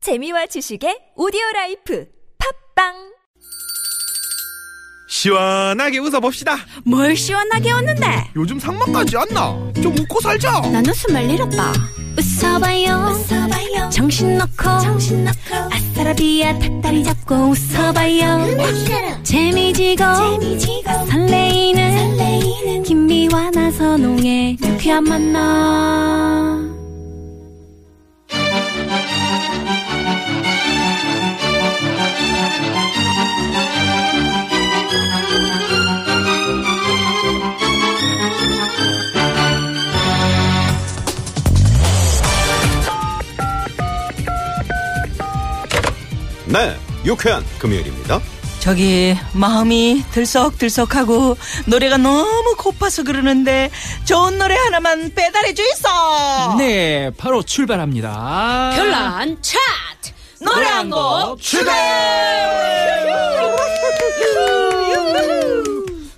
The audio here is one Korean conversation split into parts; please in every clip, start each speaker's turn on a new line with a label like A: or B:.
A: 재미와 지식의 오디오 라이프 팝빵
B: 시원하게 웃어봅시다.
C: 뭘 시원하게 웃는데
B: 요즘 상만까지 안 나. 좀 웃고 살자.
C: 난 웃음을 잃었다 웃어봐요, 정신 놓고 아싸라비아 닭다리 잡고 웃어봐요 재미지고, 설레이는, 김미와 나선홍의 유쾌한 만남
D: 네, 유쾌한 금요일입니다.
E: 저기 마음이 들썩들썩하고 노래가 너무 고파서 그러는데 좋은 노래 하나만 배달해 주이소.
F: 네, 바로 출발합니다.
C: 별난 차트
E: 노래 한곡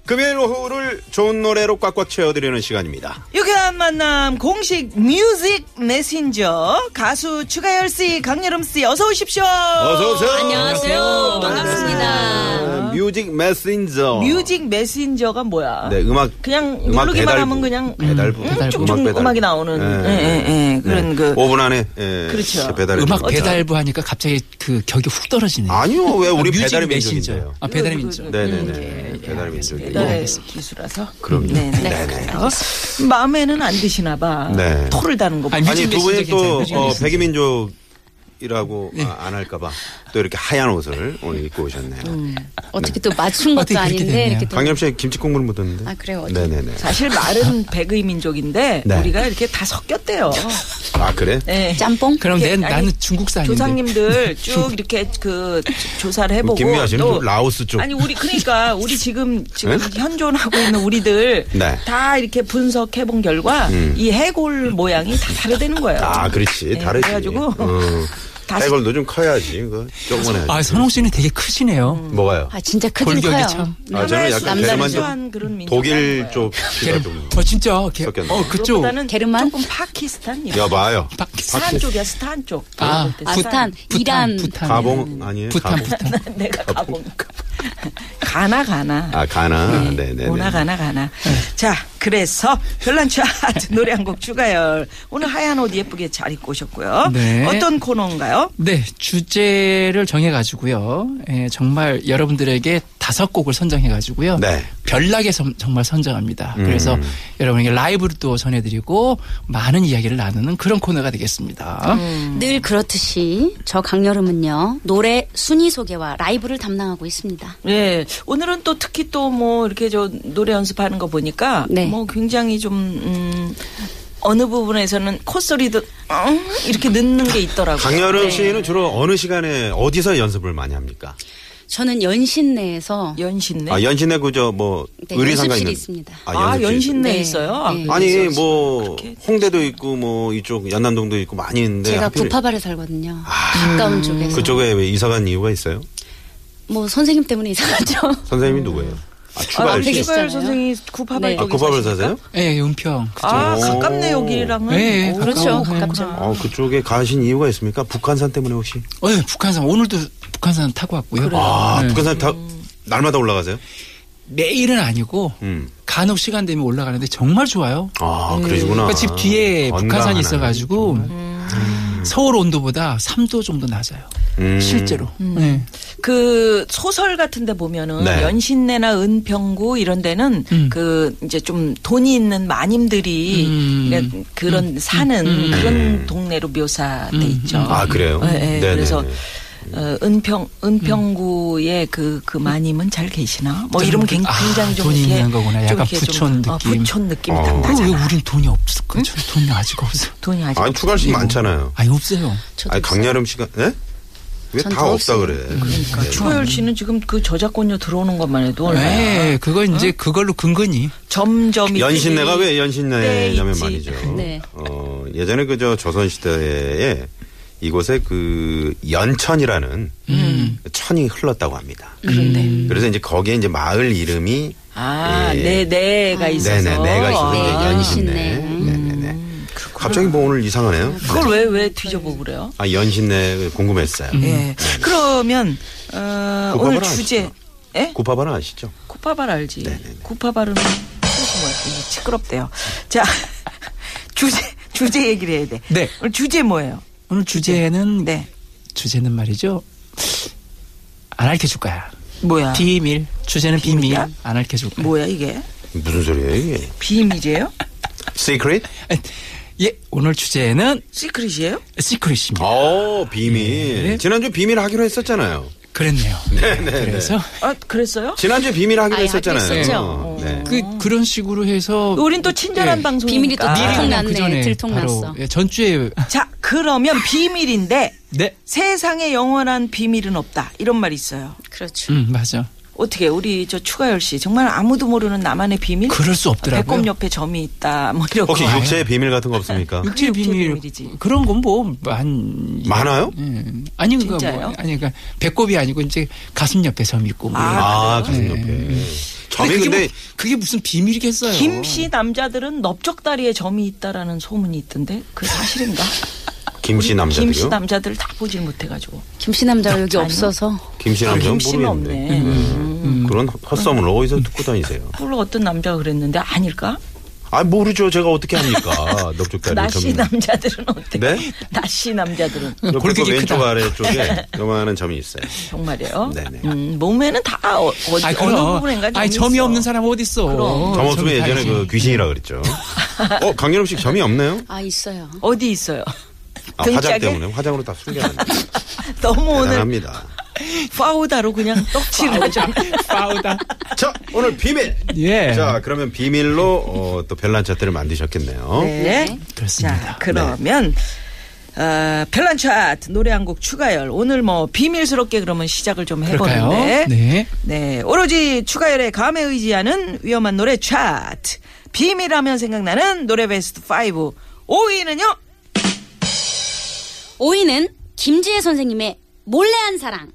D: 금요일 오후를 좋은 노래로 꽉꽉 채워드리는 시간입니다.
E: 유쾌한 만남 공식 뮤직 메신저 가수 추가열 씨, 강여름 씨 어서 오십시오.
D: 어서 오세요.
C: 안녕하세요 반갑습니다
D: 네, 뮤직 메신저.
E: 뮤직 메신저가 뭐야?
D: 네, 음악.
E: 그냥
D: 음악
E: 누르기만
D: 배달부.
E: 하면 그냥
D: 배달부.
E: 음, 쭉쭉
D: 음악 배달부.
E: 음악이 나오는
D: 네.
E: 예, 예, 예, 그런 그
D: 5분 안에 예,
E: 그렇죠.
D: 배달을
F: 음악
D: 주는 거죠.
F: 배달부 하니까 갑자기 그 격이 훅 떨어지네요.
D: 아니요, 왜 우리
F: 뮤직
D: 배달의
F: 메신저요.
D: 민족인데요?
F: 아,
E: 네,
F: 배달의 민족.
E: 음, 예,
D: 네네네. 배달의 민족이에요.
E: 배달 기수라서
D: 어. 그럼요.
E: 네, 네.
D: 네네.
E: 마음에는 안 드시나 봐.
D: 네.
E: 토를 다는 거. 봐.
F: 아니,
D: 아니,
F: 뮤직
D: 두 분이
F: 메신저
D: 또
F: 괜찮아요. 네.
D: 어,
F: 뮤직
D: 백이민족. 이라고 아, 안 할까봐 또 이렇게 하얀 옷을 오늘 입고 오셨네요.
E: 음.
G: 어떻게 또 맞춘 것도
F: 어떻게 그렇게
G: 아닌데
F: 됐네요.
G: 이렇게 또
D: 강림 씨 김치 국물 묻었는데.
G: 아, 그래요? 어디?
D: 네네네.
E: 사실 말은
F: 아.
E: 백의 민족인데
D: 네.
E: 우리가 이렇게 다 섞였대요.
D: 아 그래?
E: 네.
G: 짬뽕?
F: 그럼
E: 그게
F: 내,
E: 아니,
F: 나는 중국사 아닌데.
D: 네,
F: 음.
E: 조상님들 쭉 이렇게 그 조- 조사를 해보고
D: 음, 김미아 씨는 좀 라오스 쪽.
E: 아니 우리 그러니까 우리 지금 지금
D: 네?
E: 현존하고 있는 우리들
D: 네. 음.
E: 다 이렇게 분석해본 결과 이 해골 모양이 다 다르다는 거예요.
D: 아, 그렇지.
E: 네,
D: 다르지.
E: 그래가지고
D: 어.
E: 다시-
D: 해골도 좀 커야지. 그 조금만 해야지.
F: 아, 선홍 씨는 되게
E: 음.
F: 크시네요.
D: 뭐가요?
G: 아 진짜 크긴
F: 골격이
G: 커요. 음,
F: 참.
D: 아, 저는 약간 베르만
E: 남자를
D: 좀
E: 수한 그런 민족
D: 독일 쪽 피가
F: 걔는-
D: 좀.
F: 어, 진짜. 걔,
D: 네, 섞였네.
F: 어, 그쪽.
E: 그보다는
G: 게르만?
E: 조금 파키스탄
D: 야, 봐요.
F: 박-
E: 스탄 쪽이야 스탄 쪽.
F: 아,
G: 아,
F: 부-
G: 부탄,
F: 부탄,
G: 이란.
F: 부탄.
E: 음.
D: 가봉 아니에요?
F: 부탄,
D: 가봉.
F: 부탄.
E: 내가 가본 가나 가나.
D: 아, 가나. 네, 네,
E: 오나
D: 네.
E: 가나 가나. 자, 그래서 별난 차트 노래 한 곡 추가열. 오늘 하얀 옷 예쁘게 잘 입고 오셨고요.
F: 네.
E: 어떤 코너인가요?
F: 네, 주제를 정해가지고요. 예, 정말 여러분들에게 다섯 곡을 선정해가지고요.
D: 네. 음.
F: 별나게 선- 정말 선정합니다. 그래서 여러분에게 라이브도 전해드리고 많은 이야기를 나누는 그런 코너가 되겠습니다.
G: 늘 그렇듯이 저 강여름은요 노래 순위 소개와 라이브를 담당하고 있습니다.
E: 예. 오늘은 또 특히 또 뭐 이렇게 저 노래 연습하는 거 보니까
G: 네.
E: 뭐 굉장히 좀 음, 어느 부분에서는 콧소리도 엉 이렇게 늦는 게 있더라고요.
D: 강여름
E: 네.
D: 씨는 주로 어느 시간에 어디서 연습을 많이 합니까?
G: 저는 연신 내에서
E: 연신내.
D: 아, 연신내 그저 뭐
G: 네,
D: 의리상가
G: 연습실이
D: 있는.
G: 있습니다.
E: 네. 아,
D: 연습실이
E: 연신내
G: 네.
E: 있어요.
G: 네.
D: 있어요. 아니, 뭐
E: 그렇게.
D: 홍대도 있고 뭐 이쪽 연남동도 있고 많이 있는데
G: 제가
D: 하필 아,
G: 구파발에 살거든요. 가까운 쪽에서.
D: 그쪽에 왜 이사 간 이유가 있어요?
G: 뭐 선생님 때문에 이상하죠.
D: 선생님이 누구예요? 아,
E: 아,
D: 추가열
G: 되게
D: 씨.
E: 백이발
G: 있잖아요.
E: 선생이 구파발
G: 네.
D: 아,
E: 쪽에
D: 구밥을
E: 사십니까?
D: 사세요?
F: 예, 은평. 그쪽.
E: 아,
D: 오.
E: 가깝네 여기랑은.
F: 예, 예,
E: 오,
G: 그렇죠.
F: 가까운
G: 가깝죠.
D: 어, 그쪽에 가신 이유가 있습니까? 북한산 때문에 혹시?
F: 어, 예, 북한산 오늘도 북한산 타고 왔고요.
D: 아,
F: 네.
D: 북한산 다 날마다 올라가세요?
F: 매일은 아니고
D: 음.
F: 간혹 시간 되면 올라가는데 정말 좋아요.
D: 아, 그러시구나.
F: 그러니까 집 뒤에
D: 건강하네.
F: 북한산이 있어가지고 서울 온도보다 3도 정도 낮아요.
D: 음.
F: 실제로. 네.
E: 그 소설 같은 데 보면은
D: 네.
E: 연신내나 은평구 이런 데는 그 이제 좀 돈이 있는 마님들이
F: 음.
E: 그냥 그런 사는 그런 동네로
F: 음.
E: 묘사돼 있죠.
D: 아, 그래요?
E: 예, 예.
D: 네네네.
E: 그래서 어, 은평 은평구의 그 그 마님은 잘 계시나? 뭐
F: 저는
E: 이러면
F: 음. 그-
E: 굉-
F: 아,
E: 굉장히 좀
F: 돈이
E: 이렇게
F: 있는 거구나.
E: 좀
F: 약간
E: 이렇게 좀,
F: 부촌
E: 어,
F: 느낌.
E: 부촌 느낌이
D: 어.
F: 그왜
E: 담나잖아.
F: 우린 돈이 없을까? 저 돈이 아직 없어.
E: 돈이 아직
D: 아니, 추가할
F: 음.
D: 수 많잖아요.
F: 아니 없어요.
G: 저도
D: 아니, 강야름 씨가, 예? 왜
G: 전
D: 다
G: 더
D: 없다 그래? 예.
E: 그러니까 추가열 씨는 지금 그 저작권료 들어오는 것만 해도
F: 네, 그건 이제 그걸로 근근히.
E: 점점
D: 연신내가 왜 연신내냐면
E: 네,
D: 말이죠.
G: 네.
D: 어, 예전에 그저 조선시대에 이곳에 그 연천이라는
F: 음.
D: 천이 흘렀다고 합니다.
E: 그런데
D: 그래서 이제 거기에 이제 마을 이름이
E: 아,
D: 예. 음.
E: 내, 내가 있어서. 아, 음,
D: 네네 내가 있어서
G: 네,
D: 이제 연신내.
G: 연신내.
D: 네네네. 갑자기 뭐 오늘 이상하네요.
E: 그걸 왜 왜 뒤져보고 그래요?
D: 아 연신내 궁금했어요.
E: 예. 그러면 어,
D: 국밥은
E: 오늘
D: 음. 안
E: 주제
D: 하시죠?
E: 예?
D: 구파바는 아시죠?
E: 쿠파발 알지?
D: 네네네.
E: 쿠파발은 뭐야? 이게 시끄럽대요. 자 주제 주제 얘기를 해야 돼.
F: 네.
E: 오늘 주제 뭐예요?
F: 오늘 주제는
E: 네.
F: 주제는 말이죠. 안 알려줄 거야.
E: 뭐야?
F: 비밀. 주제는 비밀.
E: 아. 비밀이야?
F: 안 알려줄 거야.
E: 뭐야 이게?
D: 무슨 소리예요 이게?
E: 비밀이에요?
D: 시크릿?
F: 예, 오늘 주제는
E: 시크릿이에요?
F: 시크릿입니다.
D: 어 비밀.
F: 네.
D: 지난주 비밀 하기로 했었잖아요.
F: 그랬네요. 그래서
E: 아 그랬어요?
D: 지난주 비밀 하기로
G: 아예 하기로 했었죠.
E: 어.
D: 했었잖아요. 네.
F: 그, 그런 식으로 해서
E: 우린 또 친절한
F: 예.
E: 방송
G: 비밀이 또
F: 미리
G: 들통났네,
F: 그냥 그 전에
G: 들통났어.
F: 바로, 예, 전주에
E: 자 그러면 비밀인데
F: 네,
E: 세상에 영원한 비밀은 없다 이런 말이 있어요.
G: 그렇죠.
F: 음 맞아.
E: 어떻게 우리 저 추가열 씨 정말 아무도 모르는 나만의 비밀? 아,
F: 그럴 수 없더라고요.
E: 배꼽 옆에 점이 있다 뭐 이런
D: 혹시
E: 거.
D: 육체의 비밀 같은 거 없습니까?
E: 그
F: 육체 비밀
E: 비밀이지.
F: 그런 뭐, 건뭐한
D: 많아요?
F: 예. 아니 그니까
E: 진짜요?
F: 뭐 아니 그니까 배꼽이 아니고 이제 가슴 옆에 점 있고 뭐. 이런.
D: 아,
E: 네.
D: 가슴 옆에. 점이
F: 근데 그게,
D: 근데
F: 뭐- 그게 무슨 비밀이겠어요?
E: 김 씨 남자들은 넓적다리에 점이 있다라는 소문이 있던데 그 사실인가?
D: 김씨 남자들요?
E: 뭐 김씨 남자들 다 보질 못해가지고
G: 김씨 남자가 여기 없어서
D: 김씨
E: 아,
D: 남자는
E: 김씨는
D: 모르겠는데.
E: 없네. 음,
D: 그런 헛소문을 어디서 듣고 다니세요?
E: 물론 어떤 남자가 그랬는데 아닐까?
D: 아 모르죠. 제가 어떻게 합니까? 넓적다리
E: 그 나씨
D: 점.
E: 남자들은 어때?
D: 그러니까 네?
E: 나씨 남자들은
D: 옆에
F: 골격이
D: 그 왼쪽
F: 크다.
D: 아래쪽에 요만한 점이 있어요.
E: 정말이에요.
D: 네네.
E: 음, 몸에는 다 어, 어디
F: 아이
E: 어느
F: 그럼.
E: 부분인가 좀
F: 아이
E: 있어.
F: 점이 없는 사람 어디 있어?
E: 그럼.
D: 점 없으면
F: 점이 다
D: 예전에
F: 있지.
D: 그 귀신이라 그랬죠. 어 강연음 씨 점이 없나요?
G: 아 있어요.
E: 어디 있어요?
D: 아,
E: 등짝에?
D: 화장 때문에 네, 화장으로 다 숨겨놨네.
E: 너무 오늘
D: 대단합니다.
E: 파우다로 그냥 떡칠을 좀
F: 파우다.
D: 자 오늘 비밀.
F: 예.
D: 자 그러면 비밀로 어, 또 별난 차트를 만드셨겠네요.
E: 네. 자,
F: 그렇습니다.
E: 그러면 어, 별난 차트 노래 한 곡 추가열 오늘 뭐 비밀스럽게 그러면 시작을 좀
F: 그럴까요?
E: 해보는데
F: 네.
E: 네, 오로지 추가열의 감에 의지하는 위험한 노래 차트 비밀하면 생각나는 노래 베스트 5 5위는요
G: 5위는 김지혜 선생님의 몰래한 사랑.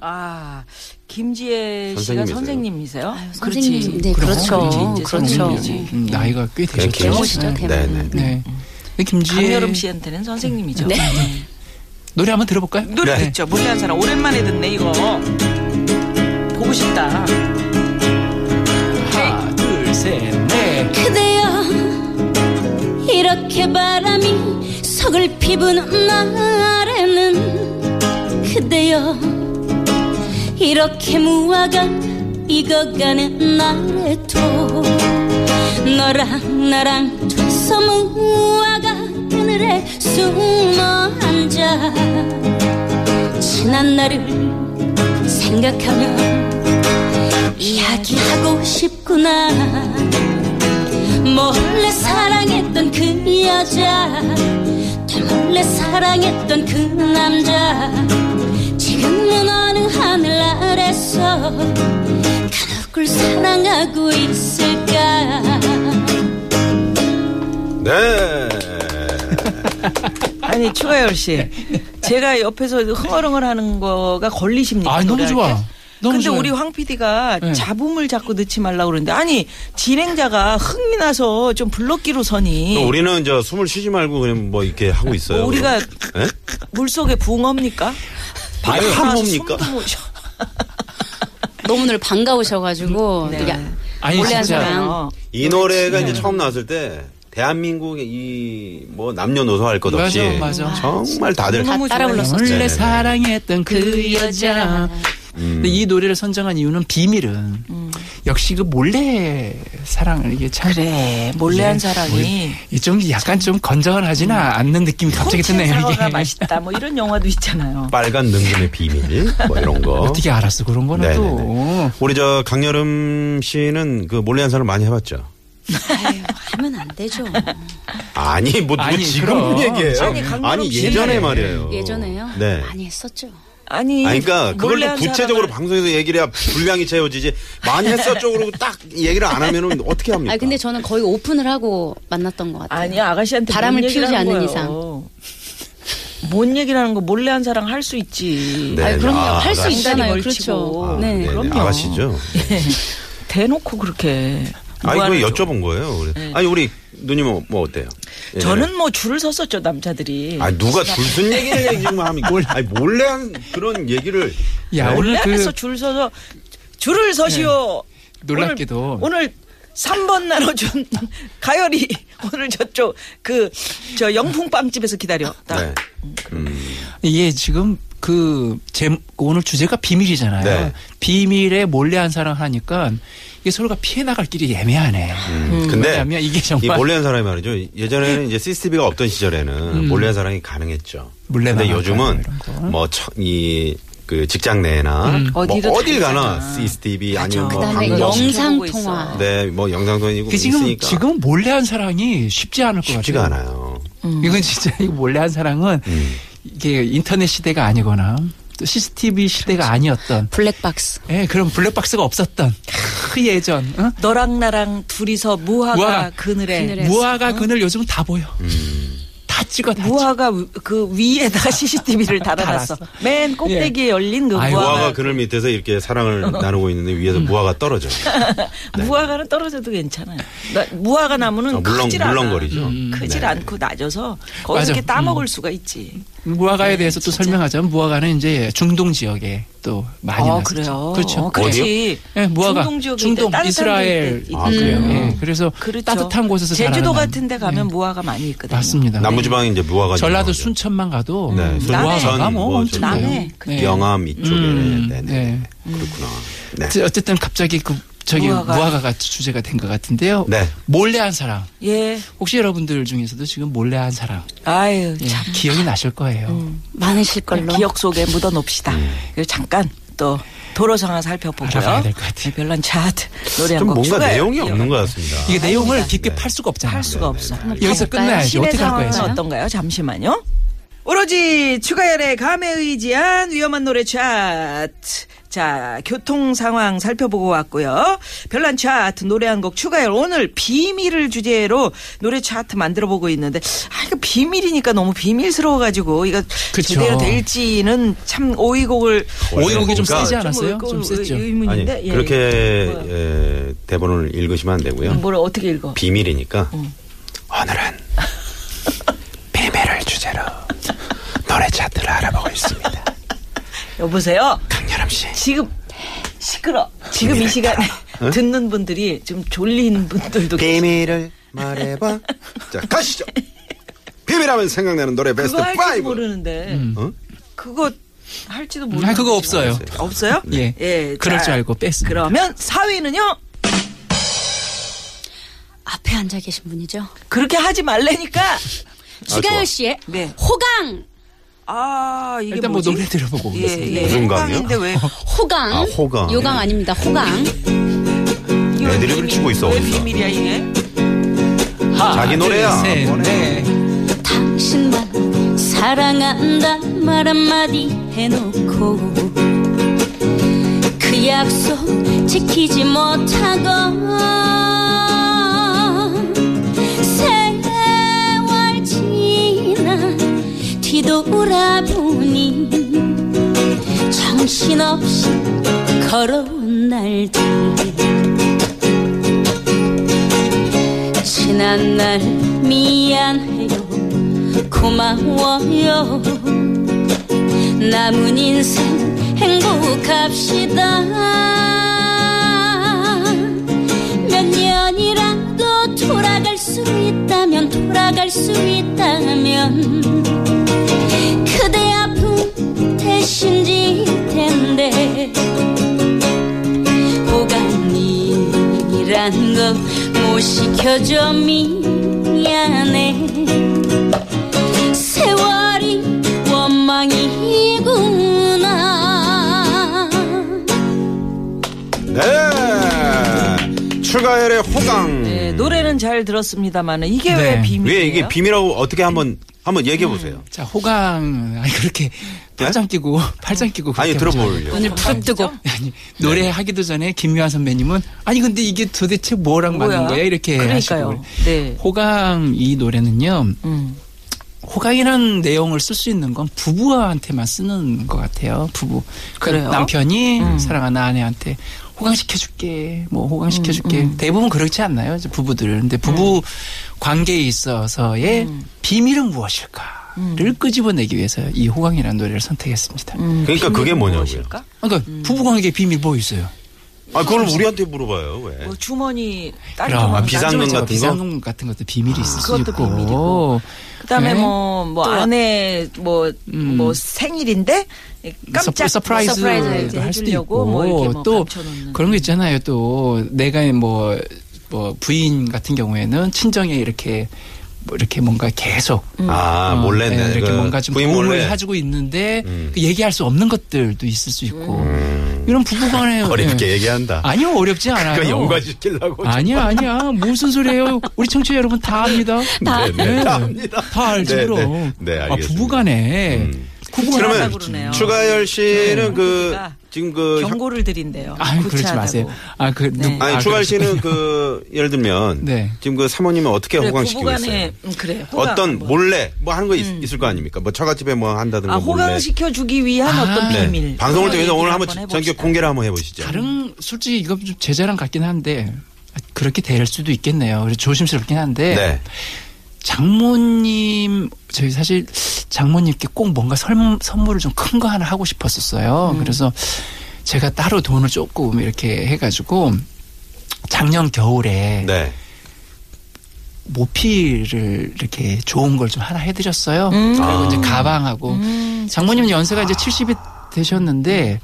E: 아 김지혜 씨가
D: 선생님이세요.
E: 선생님이세요?
G: 선생님. 네,
F: 그럼
G: 그렇죠.
E: 이제
G: 그렇죠.
E: 선생님이지.
F: 음, 나이가 꽤
D: 그냥
F: 되셨죠.
G: 대모시죠, 대모.
D: 네네.
F: 네. 근데 김지혜
E: 강여름 씨한테는 선생님이죠.
G: 네.
F: 노래 한번 들어볼까요?
E: 노래
D: 네.
E: 듣죠. 몰래한 사람 오랜만에 듣네 이거 보고 싶다.
F: 하나, 둘, 셋,
G: 네.
F: 넷.
G: 그대여 이렇게 바람이 속을 피부는 날에는 그대여 이렇게 무화가 익어가는 날에도 너랑 나랑 둘서 무화가 그늘에 숨어 앉아 지난 날을 생각하며 이야기하고 싶구나 몰래 사랑했던 그 여자 또 몰래 사랑했던 그 남자 지금은 어느 하늘 아래서 가누굴 사랑하고 있을까
D: 네.
E: 아니 추가열 씨, 제가 옆에서 흥얼흥얼 하는 거가 걸리십니까?
F: 아, 너무
E: 노래할
F: 좋아.
E: 때?
F: 너무
E: 근데
F: 좋아요.
E: 우리 황 PD가
F: 네.
E: 잡음을 자꾸 넣지 말라고 그러는데 아니 진행자가 흥이 나서 좀 불렀기로
D: 또
E: 서니
D: 우리는 저 숨을 쉬지 말고 그냥 뭐 이렇게 하고 있어요.
E: 뭐 우리가
D: 예?
E: 물속에 붕어입니까?
D: 아니,
E: 밖으로 나와서
D: 하모입니까?
E: 숨도 못 쉬어.
G: 너무 늘 반가우셔가지고
E: 네.
F: 아니,
G: 몰래한
F: 진짜.
G: 사랑
D: 이 노래가 이제 처음 나왔을 때 대한민국의 이 뭐 남녀노소 할 것 없이
F: 맞아, 맞아.
D: 정말 다들
E: 너무
G: 따라
E: 좋아요.
G: 불렀었죠.
F: 원래
D: 네네네. 음.
F: 사랑했던 그 여자. 근데 이 노래를 선정한 이유는 비밀은 역시 그 몰래 사랑을 이게
E: 그렇죠.
F: 참
E: 그래 몰래 한 사랑이
F: 예,
E: 음.
F: 좀 약간 좀 건전하지는 않는 느낌이 갑자기
E: 훔친
F: 드네요.
E: 사과가
F: 이게
E: 맛있다 뭐 이런 영화도 있잖아요.
D: 빨간 능금의 비밀 뭐 이런 거.
F: 어떻게 알았어 그런 거는
D: 네네네.
F: 또.
D: 우리 저 강여름 씨는 그 몰래 한 사람 많이 해봤죠.
G: 아유, 하면 안 되죠
D: 어, 아니 뭐 누구
F: 아니,
D: 지금
F: 그럼.
D: 얘기해요?
E: 아니, 강여름 씨
D: 예전에
E: 옛날에.
D: 말이에요.
G: 예전에요
D: 네.
G: 많이 했었죠
E: 아니,
D: 아니, 그러니까
E: 몰래
D: 그걸
E: 한
D: 구체적으로
E: 사랑을-
D: 방송에서 얘기를 해야 분량이 채워지지 많이 했어 쪽으로 딱 얘기를 안 하면은 어떻게 합니까?
G: 아 근데 저는 거의 오픈을 하고 만났던 것 같아요
E: 아니 아가씨한테
G: 바람을
E: 뭔 얘기를
G: 피우지
E: 하는
G: 않는
E: 거예요. 뭔 얘기를 하는 거 몰래 한 사랑 할 수 있지.
D: 네,
G: 아니,
D: 네.
G: 그럼요.
D: 아,
G: 할 수
D: 아가씨.
G: 있잖아요.
E: 인간이
G: 그렇죠.
E: 멀치고.
D: 아,
G: 네.
D: 네, 네.
E: 뭐, 그럼요.
D: 아가씨죠.
E: 대놓고 그렇게.
D: 아니
E: 무한을
D: 그걸
E: 줘. 네.
D: 여쭤본 거예요. 우리. 아니 우리 누님은 뭐 어때요? 예전에?
E: 저는 뭐 줄을 섰었죠 남자들이.
D: 아 누가
E: 네.
D: 줄순 얘기를 얘기 좀 하면 몰 아니 몰래 한 그런 얘기를
F: 야 오늘
E: 원래
F: 그
E: 그래서 줄 서서 줄을 서시오.
G: 네.
F: 놀랍게도.
E: 오늘, 오늘 3번 나눠준 가열이 오늘 저쪽 그 저 영풍 빵집에서 기다려. 딱.
D: 네. 음.
F: 예, 지금 그 제, 오늘 주제가 비밀이잖아요.
D: 네.
F: 비밀에 몰래 한 사랑 하니까 이게 서로가 피해 나갈 길이 애매하네.
D: 음. 근데
F: 음, 왜냐하면 이게
D: 이
F: 정말
D: 몰래 한 사람이 말이죠. 예전에는 이제 CCTV가 없던 시절에는 몰래 한 사랑이 가능했죠.
F: 음. 몰래
D: 근데
F: 나가거나
D: 요즘은
F: 이런 거.
D: 뭐
F: 음.
D: 뭐이그 직장 내나 뭐
E: 어디로
D: 어딜
E: 다
D: 가나
E: 있잖아.
D: CCTV
E: 맞아.
D: 아니면 뭐
G: 그다음에
D: 방금
E: 영-
G: 영상
E: 지켜보고
G: 통화.
E: 있어.
D: 네, 뭐 영상통이고
F: 그 지금
D: 있으니까
F: 지금 몰래 한 사랑이 쉽지 않을 것
D: 쉽지가
F: 같아요.
D: 않아요.
F: 이건 진짜 이 몰래 한 사랑은
D: 음.
F: 이게 인터넷 시대가 아니거나 또 CCTV 시대가
D: 그렇죠.
F: 아니었던
G: 블랙박스.
F: 예, 그런 블랙박스가 없었던 그 예전 어?
E: 너랑 나랑 둘이서 무화과
F: 무화과.
E: 그늘에
G: 그늘에.
F: 무화과 그늘 요즘은 다 보여.
D: 음.
F: 다 찍어 다 찍어.
E: 무화과 위- 그 위에다가 CCTV를 달아놨어. 맨 꼭대기에 열린 그
F: 예. 아이고.
E: 무화과.
D: 무화과 그늘 밑에서 이렇게 사랑을 나누고 있는데 위에서
F: 음.
D: 무화가 떨어져.
E: 아,
F: 네.
E: 무화과는 떨어져도 괜찮아요. 나- 무화과 나무는
D: 어, 물렁-
E: 크질 않아.
D: 물렁거리죠.
E: 크질
D: 네.
E: 않고 낮아서 거기서
F: 음, 맞아. 음.
E: 이렇게 따먹을 수가 있지. 네,
F: 무화과에 대해서 또 설명하자면 무화과는 이제 중동 지역에 또 많이
E: 어,
F: 났었죠.
E: 그래요.
F: 아, 그렇죠.
E: 그렇지.
F: 예, 무화과
E: 중동 지역에
F: 중동,
E: 따뜻한
F: 이스라엘
E: 데 있-
D: 아, 그래요?
F: 예, 그래서
E: 그렇죠.
F: 따뜻한 곳에서 자라는
E: 제주도 같은 데 가면 뭐
F: 예,
E: 무화과 많이 있거든요.
F: 맞습니다. 네.
D: 남부지방에 이제 무화가
F: 전라도
D: 유명하죠.
F: 순천만 가도
D: 네,
F: 무화과가
D: 순천,
F: 뭐
D: 뭐
F: 엄청
D: 저기
F: 많아요.
E: 남해,
F: 네.
D: 영암 이쪽에
F: 음,
D: 네, 네.
F: 네.
D: 그렇구나. 네.
F: 저- 어쨌든 갑자기 그 저기
E: 무화과.
F: 무화과. 가 주제가 된 것 같은데요.
D: 네.
F: 몰래한 사랑.
E: 예.
F: 혹시 여러분들 중에서도 지금 몰래한 사랑
E: 아유,
F: 예,
E: 참.
F: 기억이 나실 거예요.
G: 많으실 걸로.
E: 네, 기억 속에 묻어 놓읍시다. 그리고 잠깐 또 도로 상황 살펴보고요.
F: 예. 알아봐야 될것 같아요.
E: 네, 별난 차트 노래
D: 좀
E: 한곡
D: 뭔가
E: 추가해요.
D: 내용이 없는 것 같습니다.
F: 이게 내용을 깊게
D: 네.
F: 팔 수가 없잖아요.
E: 할 수가 없어.
F: 여기서
G: 가볼까요?
F: 끝나야지.
G: 시내
F: 어떻게 할 거예요?
G: 상황은
F: 지금?
E: 네. 어떤가요? 잠시만요. 오로지 추가열의 감에 의지한 위험한 노래 차트. 자, 교통 상황 살펴보고 왔고요. 별난 차트 노래 한 곡 추가열 오늘 비밀을 주제로 노래 차트 만들어 보고 있는데 아 이거 비밀이니까 너무 비밀스러워 가지고 이거
F: 그쵸.
E: 제대로 될지는 참 오이곡을
F: 오이곡이 좀
D: 그러니까
F: 세지 않았어요?
E: 좀
F: 좀
E: 의-
F: 셌죠.
D: 아니
E: 의문인데 예. 음,
D: 그렇게 예, 대본을 읽으시면 안 되고요.
E: 뭐, 뭘 어떻게 읽어?
D: 비밀이니까 오늘은 비밀을 주제로 노래 차트를 알아보고 있습니다.
E: 여보세요.
D: 강렬함 씨.
E: 지금 시끄러. 지금 이 시간에
D: 네.
E: 듣는 분들이 좀 졸린 분들도
D: 비밀을 말해봐. 자 가시죠. 비밀하면 생각나는 노래 베스트
E: 그거 할지
D: 5.
E: 모르는데
D: 어?
E: 그거 할지도
F: 음,
E: 모르는
F: 아, 그거 없어요.
E: 없어요?
D: 네.
F: 예.
E: 예,
F: 그럴
E: 자,
F: 줄 알고 뺐습니다.
E: 그러면 4위는요
G: 앞에 앉아 계신 분이죠.
E: 그렇게 하지 말래니까
G: 추가열
D: 좋아.
G: 씨의
E: 네.
G: 호강.
E: 아 이게
F: 일단 뭐
E: 뭐지?
F: 노래 들어보고 오겠습니다.
E: 예, 예.
D: 무슨 강이요?
E: 호강인데 왜
G: 호강.
D: 아, 호강.
G: 요강
D: 예.
G: 아닙니다.
F: 음.
G: 호강.
E: 이게 왜
D: 애드립을
E: 비밀-
D: 치고 있어,
E: 왜
D: 어디서.
E: 비밀이야 이게?
F: 하나,
D: 자기 노래야. 네.
F: 둘, 셋, 네. 넷.
G: 당신만 사랑한다 말 한마디 해놓고 그 약속 지키지 못하고 세월 지나 뒤돌아보니 정신없이 걸어온 날들 지난 날 미안해요 고마워요 남은 인생 행복합시다 몇 년이라도 돌아갈 수 있다면 돌아갈 수 있다면 그대 아픔 대신 질 텐데 호감이란 거못 시켜줘 미안해 세월이 원망이구나
D: 네. 추가열의 호강.
E: 네, 노래는 잘 들었습니다만 이게
F: 음. 네.
E: 왜 비밀이에요?
D: 왜 이게 비밀하고 어떻게 한번 한번 얘기해 보세요.
F: 자, 호강. 아니, 그렇게 팔짱 끼고, 팔짱 끼고.
D: 네? 아니 네.
F: 그렇게 하면
D: 들어보려고.
G: 눈을 푹 뜨고
F: 아니, 노래 하기도 전에 김유아 선배님은 아니, 근데 이게 도대체 뭐랑 맞는
E: 뭐야?
F: 거야? 이렇게.
E: 네. 그러니까요.
F: 하시고.
E: 네.
F: 호강 이 노래는요,
E: 음.
F: 호강이라는 내용을 쓸 수 있는 건 부부한테만 쓰는 것 같아요. 부부. 그러니까
E: 그래요? 음.
F: 남편이 사랑하는 아내한테 호강시켜줄게, 뭐
E: 음,
F: 호강시켜줄게. 대부분 그렇지 않나요? 이제 부부들은. 근데 부부 관계에 있어서의
E: 음.
F: 비밀은 무엇일까를 끄집어내기 위해서 이 호강이라는 노래를 선택했습니다.
E: 음.
D: 그러니까 그게 뭐냐고요.
F: 그러니까 부부 관계 비밀 뭐 있어요?
D: 아, 그걸 우리한테 물어봐요, 왜.
E: 뭐 주머니 딸
F: 그럼
E: 주머니
D: 비상금
F: 딴 쪽에서
D: 같은 거?
F: 비상금 같은 것도 비밀이 있을 수
E: 아, 그것도
F: 있고.
E: 비밀이고. 그다음에
F: 네. 음.
E: 뭐 뭐 아내 뭐 뭐 생일인데 깜짝
F: 서프- 서프라이즈도
E: 서프라이즈
F: 할 수도 있고
E: 해주려고 뭐 이렇게 뭐
F: 또
E: 감춰놓는
F: 그런 거 있잖아요. 또 내가 뭐, 뭐 부인 같은 경우에는 친정에 이렇게 뭐 이렇게 뭔가 계속
D: 아,
F: 어,
D: 몰래
F: 네,
D: 내
F: 이렇게
D: 그
F: 뭔가 좀
D: 부인 몰래
F: 도움을 해주고 있는데
D: 음.
F: 그 얘기할 수 없는 것들도 있을 수 있고 이런 부부간에
D: 어렵게 얘기한다.
F: 네. 아니요 어렵지 않아요.
D: 그러니까 연관시키려고.
F: 아니야 아니야 무슨 소리예요? 우리 청취자 여러분 다 압니다.
D: 다 네, 네, 다 압니다.
F: 다 알지
D: 네,
F: 그럼.
D: 네, 네,
F: 아,
D: 알겠습니다.
F: 부부간에
D: 음.
E: 구차하다
D: 그러면
E: 그러네요.
D: 추가열 씨는
F: 네.
D: 그
E: 그러니까
D: 지금 그 혁-
E: 경고를 드린대요.
F: 아 그러지
E: 구차하다고.
F: 마세요. 아그 그렇죠.
E: 네.
D: 아니 추가열 씨는 그 예를 들면
F: 네.
D: 지금 그 사모님은 어떻게
E: 그래,
D: 호강시키고 있어요?
E: 부부간에 음, 그래 호강
D: 어떤
E: 뭐. 음.
D: 몰래 뭐 하는 거 있, 을거 아닙니까? 뭐 처갓집에 뭐 한다든가
E: 아
D: 몰래.
E: 호강시켜 주기 위한
F: 아,
E: 어떤
D: 네.
E: 비밀
D: 방송을
E: 그런
D: 통해서 오늘
E: 얘기를
D: 한번
E: 해봅시다.
D: 전격 공개를 한번 해보시죠.
F: 다른 솔직히 이건 좀 제자랑 같긴 한데 그렇게 될 수도 있겠네요. 그래서 조심스럽긴 한데
D: 네.
F: 장모님 저희 사실 장모님께 꼭 뭔가 설- 선물을 좀 큰 거 하나 하고 싶었었어요.
E: 음.
F: 그래서 제가 따로 돈을 조금 이렇게 해가지고 작년 겨울에
D: 네.
F: 모피를 이렇게 좋은 걸 좀 하나 해드렸어요. 그리고 이제 가방하고 장모님 연세가 이제 70이 되셨는데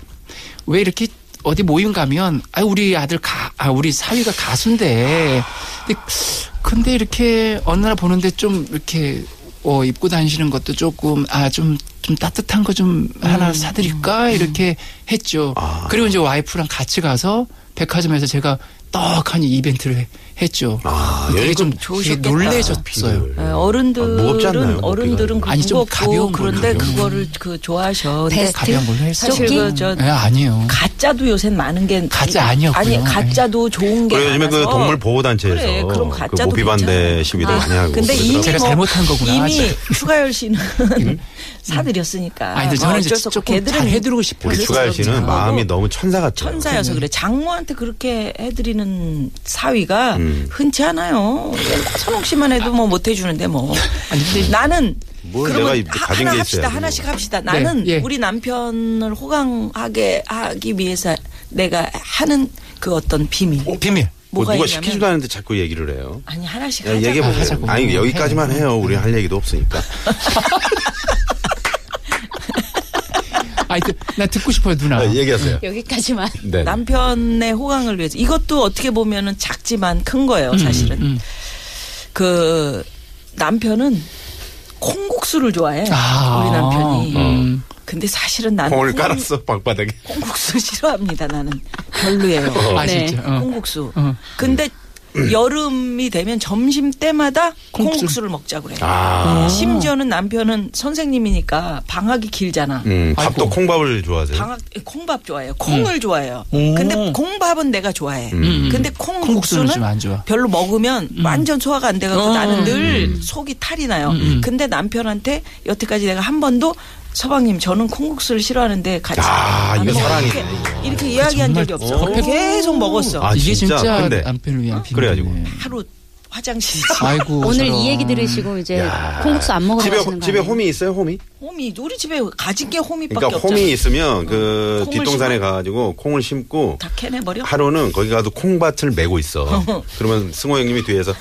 F: 왜 이렇게 어디 모임 가면 아 우리 아들 가 아 우리 사위가 가수인데 근데, 근데 이렇게 어느 날 보는데 좀 이렇게 어 입고 다니시는 것도 조금 아 좀 좀 따뜻한 거 좀 하나 사드릴까 이렇게 했죠.
D: 아.
F: 그리고 이제 와이프랑 같이 가서 백화점에서 제가 떡하니 이벤트를 해- 했죠.
D: 아,
F: 되게
D: 여기
F: 좀 되게
E: 좋으셨겠다.
F: 놀래셨어요.
E: 예, 어른들은
D: 아, 무겁지 않나요?
E: 어른들은
F: 아니, 좀
E: 그거
F: 가벼운 걸로
E: 그런데
F: 가벼운
E: 그거를 그 좋아하셔. 근데
G: 베스트.
F: 가벼운 걸로 했어요.
E: 사실 그저
F: 예, 아니에요.
E: 네. 가짜도 요새 많은 게
F: 가짜 아니었고요. 네.
E: 아니 가짜도 좋은 게
D: 그리고 요즘에 그
E: 많아서.
D: 동물 보호 단체에서
E: 그래, 그럼
D: 그
E: 가짜도
D: 모피 반대
E: 괜찮아요.
D: 시위도 많이
E: 아,
D: 하고.
E: 근데
D: 그러더라고요.
E: 이미
F: 제가
E: 뭐
F: 잘못한 거구나. 네. 음?
E: 이미 추가열 씨는 사드렸으니까.
F: 아니, 근데 저는
E: 뭐
F: 이제
E: 어쩔 수 없고
F: 조금
E: 걔들은 그렇죠.
F: 잘 해드리고 싶어요.
D: 우리 추가열 씨는
E: 그래서
D: 마음이 너무 천사 같아요.
E: 천사여서 그래. 장모한테 그렇게 해드리는 사위가
D: 음.
E: 흔치 않아요. 옛날 선홍 씨만 해도 뭐 못 해주는데 뭐.
F: 아니, 근데
E: 나는
D: 뭘
E: 그러면
D: 내가
E: 하-
D: 가진
E: 하나
D: 게
E: 합시다
D: 있어야지,
E: 하나씩
D: 뭐.
E: 합시다 나는
F: 예.
E: 우리 남편을 호강하게 하기 위해서 내가 하는 그 어떤 비밀
F: 비밀.
D: 뭐
E: 뭐가
D: 누가
E: 있냐면
D: 시키지도 않는데 자꾸 얘기를 해요.
E: 아니 하나씩
D: 야,
E: 하자
D: 얘기해보세요.
F: 하자고.
D: 아니, 여기까지만 해요. 우리 할 얘기도 없으니까.
F: 아니, 그- 나 듣고 싶어요, 누나.
D: 아, 얘기하세요.
G: 여기까지만.
D: 네.
E: 남편의 호강을 위해서 이것도 어떻게 보면은 작지만 큰
F: 음,
E: 거예요 사실은 그 남편은 콩국수를 좋아해
F: 아.
E: 우리 남편이
F: 음.
E: 근데 사실은 나는
D: 콩을
E: 콩-
D: 깔았어, 방바닥에.
E: 콩국수 싫어합니다 나는 별로예요
F: 아,
G: 네.
F: 진짜. 어.
E: 콩국수.
F: 어.
E: 근데
D: 음.
E: 여름이 되면 점심 때마다
F: 콩국수.
E: 콩국수. 를 먹자고 그래. 요
D: 아.
E: 심지어는 남편은 선생님이니까 방학이 길잖아.
D: 음, 밥도
F: 아이고.
D: 콩밥을 좋아하세요.
E: 방학 콩밥 좋아해요. 콩을 좋아해요.
F: 음. 오.
E: 근데 콩밥은 내가 좋아해.
D: 음.
E: 근데
F: 콩국수는
E: 콩국수는
F: 좀 안 좋아.
E: 별로 먹으면 완전 소화가 안 돼가지고
D: 어.
F: 음.
E: 나는 늘 속이 탈이 나요.
D: 음,
E: 근데 남편한테 여태까지 내가 한 번도 서방님 저는 콩국수를 싫어하는데 같이
D: 아,
E: 안
D: 이거
E: 먹어요.
D: 사랑이네,
E: 이렇게,
D: 이거.
E: 이렇게 이야기한
F: 정말
E: 적이 없어. 계속 먹었어.
D: 아,
F: 이게
D: 진짜?
F: 진짜,
D: 근데.
F: 남편을 위한 비밀.
D: 그래가지고.
E: 하루 화장실이
F: 아이고.
G: 오늘
F: 서러워.
G: 이 얘기 들으시고 이제
D: 야.
G: 콩국수 안 먹으러
D: 집에,
G: 가시는
D: 호-
G: 거
D: 집에
G: 아니에요?
D: 홈이 있어요, 홈이?
E: 홈이 우리 집에 가진 게 홈이밖에
D: 그러니까
E: 없잖아.
D: 홈이 있으면 그
E: 콩을
D: 뒷동산에
E: 심어?
D: 가가지고 콩을 심고
E: 다 캐내버려.
D: 하루는 거기 가도 콩밭을 메고 있어. 그러면 승호 형님이 뒤에서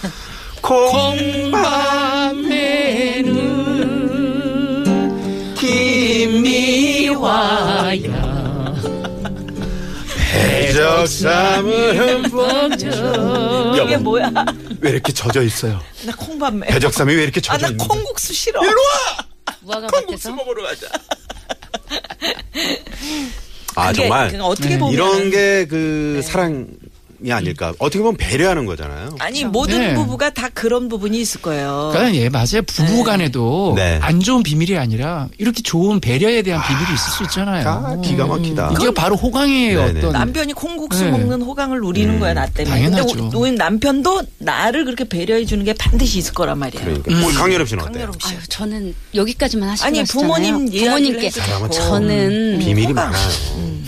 D: 콩밭
F: 미와야.
D: 배적삼을 흠뻑
E: 이게 뭐야?
D: 왜 이렇게 젖어 있어요?
E: 나 콩밥 매.
D: 배적삼이 왜 이렇게 젖어
E: 아나
D: 있는데?
E: 콩국수 싫어. 일로 와.
G: 무화과 밭에서
D: 먹으러 가자. 아
E: 그게,
D: 정말 아, 음.
E: 그러니까 어떻게 보면
D: 이런 게 그 사랑인 부분이 아닐까. 어떻게 보면 배려하는 거잖아요.
E: 아니
G: 그렇죠.
E: 모든
F: 네.
E: 부부가 다 그런 부분이 있을 거예요.
F: 그러니까 예 맞아요 부부간에도
D: 네.
F: 안 좋은 비밀이 아니라 이렇게 좋은 배려에 대한 비밀이 있을 수 있잖아요.
D: 아, 기가 막히다.
F: 이게 바로 호강의
D: 네네.
F: 어떤
E: 남편이 콩국수
F: 네.
E: 먹는 호강을 누리는 거야 나 때문에.
F: 당연하죠.
E: 근데 우리 남편도 나를 그렇게 배려해 주는 게 반드시 있을 거란 말이야.
D: 그러니까. 우리 강렬업 씨는 어때요?
E: 음. 강렬음 씨.
G: 네. 아유, 저는 여기까지만 하시고
E: 아니,
G: 하시잖아요.
E: 부모님 이야기를
G: 부모님께 어,
E: 해주시고.
G: 저는
D: 음. 비밀이
E: 음.
D: 많아요.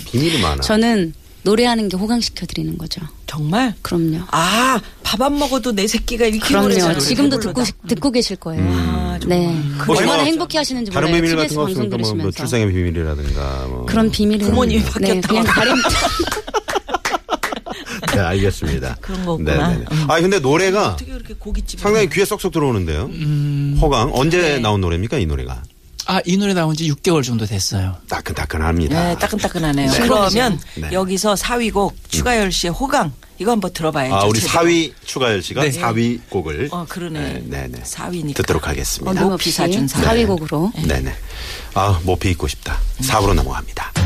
D: 비밀이 많아.
G: 저는 노래하는 게 호강시켜 드리는 거죠.
E: 정말?
G: 그럼요.
E: 아, 밥 안 먹어도 내 새끼가 이렇게
G: 그럼요.
E: 노래잘
G: 지금도
E: 부르다.
G: 듣고 싶- 듣고 계실 거예요.
E: 아, 정말.
G: 네.
D: 혹시
G: 얼마나
D: 뭐
G: 행복해 하시는지
D: 다른
G: 몰라요.
D: 비밀 같은
G: TBS
D: 거
G: 방송
D: 없으니까 뭐, 뭐
G: 들으시면서.
D: 출생의 비밀이라든가 뭐.
G: 그런 비밀은
E: 부모님이
G: 네,
E: 바뀌었다고.
G: 그냥 가림
D: 네, 알겠습니다.
E: 그런 거구나. 음.
D: 네네네. 아 근데 노래가
E: 어떻게 그렇게 고깃집
D: 상당히 귀에 쏙쏙 들어오는데요.
E: 음.
D: 호강 언제
E: 네.
D: 나온 노래입니까 이 노래가?
F: 아 이 노래 나온 지 6개월 정도 됐어요.
D: 따끈따끈합니다.
E: 네,
G: 아,
E: 따끈따끈하네요. 그러면 여기서 사위곡 추가열 씨의 호강 이거 한번 들어봐야죠.
D: 음. 아 우리
E: 제대로.
D: 사위 추가열 씨가 사위 곡을
E: 네. 어, 그러네.
D: 네, 네.
E: 사위니까.
D: 듣도록 하겠습니다.
E: 높이 어, 뭐 사준
D: 네,
G: 사위곡으로.
D: 뭐 네네. 아 모피 입고 싶다. 4부로 넘어갑니다.